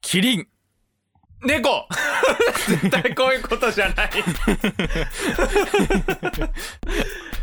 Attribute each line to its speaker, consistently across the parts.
Speaker 1: キリン。
Speaker 2: 猫絶対こういうことじゃない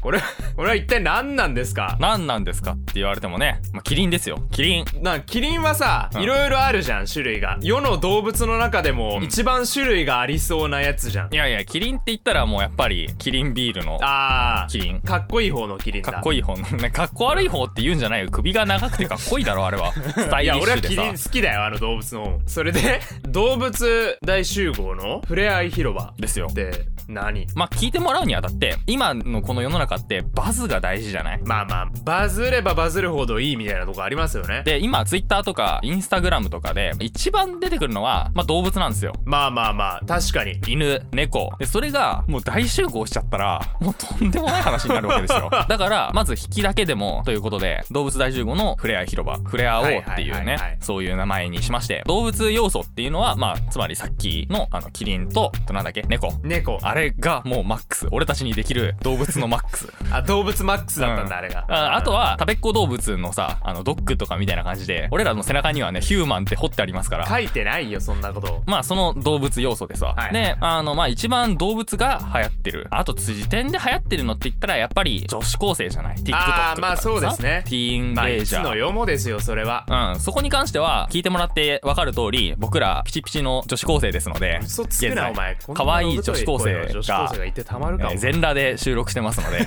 Speaker 2: これこれは一体何なんですか
Speaker 1: 何なんですかって言われてもね、まあ、キリンですよ。キリン。
Speaker 2: なキリンはさ
Speaker 1: うん
Speaker 2: いろいろあるじゃん種類が世の動物の中でも
Speaker 1: うん
Speaker 2: 一番種類がありそうなやつじゃん、
Speaker 1: いやいや、キリンって言ったらもうやっぱり、キリンビールの
Speaker 2: あ
Speaker 1: キリン
Speaker 2: ー。かっこいい方のキリンだ
Speaker 1: かっこいい方の、ね、かっこ悪い方って言うんじゃないよ。首が長くてかっこいいだろ、あれは。スタイ
Speaker 2: い
Speaker 1: リッ
Speaker 2: や
Speaker 1: シ
Speaker 2: 俺は
Speaker 1: ュ
Speaker 2: キ
Speaker 1: で
Speaker 2: リン
Speaker 1: さ。
Speaker 2: 好きだよあの動物の方それで動物大集合のふれあい広場
Speaker 1: ですよ。
Speaker 2: で何
Speaker 1: まあ、聞いてもらうにあたって、今のこの世の中ってバズが大事じゃない
Speaker 2: まあまあバズればバズるほどいいみたいなとこありますよね
Speaker 1: で、今、ツイッターとか、インスタグラムとかで、一番出てくるのは、まあ、動物なんですよ。
Speaker 2: まあまあまあ確かに
Speaker 1: 犬猫でそれがもう大集合しちゃったらもうとんでもない話になるわけです よだからまず引きだけでもということで動物大集合のフレア広場フレア王っていうね、
Speaker 2: はいはいはいはい
Speaker 1: そういう名前にしまして動物要素っていうのはまあつまりさっきのあのキリンとあとなんだっけ猫
Speaker 2: 猫
Speaker 1: あれがもうマックス俺たちにできる動物のマッ クス
Speaker 2: あ動物マックスだったんだ、
Speaker 1: うん
Speaker 2: あれが
Speaker 1: ああとは食べっ子動物のさあのドッグとかみたいな感じで俺らの背中にはねヒューマンって掘ってありますから
Speaker 2: 書いてないよそんなこと
Speaker 1: まあその動物要素でさ、
Speaker 2: はい
Speaker 1: であのまあ一番動物が流行ってるあと辻点で流行ってるのって言ったらやっぱり女子高生じゃない TikTok とかさ
Speaker 2: あーまあそうですね
Speaker 1: ティーン
Speaker 2: まあ
Speaker 1: レ
Speaker 2: い
Speaker 1: イジ
Speaker 2: つ
Speaker 1: ャ
Speaker 2: の
Speaker 1: ー
Speaker 2: 世もですよそれは
Speaker 1: うん、そこに関しては聞いてもらって分かる通り僕らピチピチの女子高生ですので
Speaker 2: 嘘つく
Speaker 1: 現
Speaker 2: な
Speaker 1: 在
Speaker 2: お前こんな
Speaker 1: 可愛い女子高生
Speaker 2: ぶとい声の女子高
Speaker 1: が
Speaker 2: 生がいてたま
Speaker 1: え
Speaker 2: るか
Speaker 1: ー全裸で収録してます ので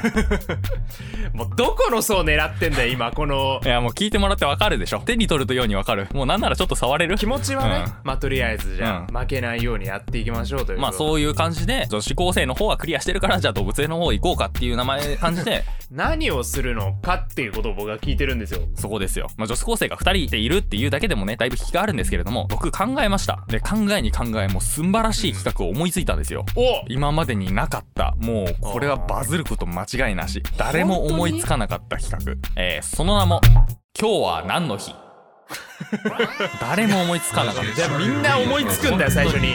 Speaker 2: もうどこの層狙ってんだよ今この
Speaker 1: いやもう聞いてもらって分かるでしょ手に取るとように分かるもうなんならちょっと触 れる
Speaker 2: 気持ちはね、
Speaker 1: うん
Speaker 2: まあとりあえずじゃあ、
Speaker 1: う
Speaker 2: 負けないようにやっていきましょうという
Speaker 1: まあ
Speaker 2: う
Speaker 1: そういう感じで女子高生の方はクリアしてるからじゃあ動物園の方行こうかっていう名前感じで
Speaker 2: 何をするのかっていうことを僕は聞いてるんですよ
Speaker 1: そこですよ。まあ、女子高生が2人でいるっていうだけでもね、だいぶ引きがあるんですけれども、僕考えました。で、考えに考え、もう素晴らしい企画を思いついたんですよ。
Speaker 2: お
Speaker 1: 今までになかった、もうこれはバズること間違いなし。誰も思いつかなかった企画。えー、その名も、今日は何の日誰も思いつかなかった。
Speaker 2: じゃあみんな思いつくんだよ最初に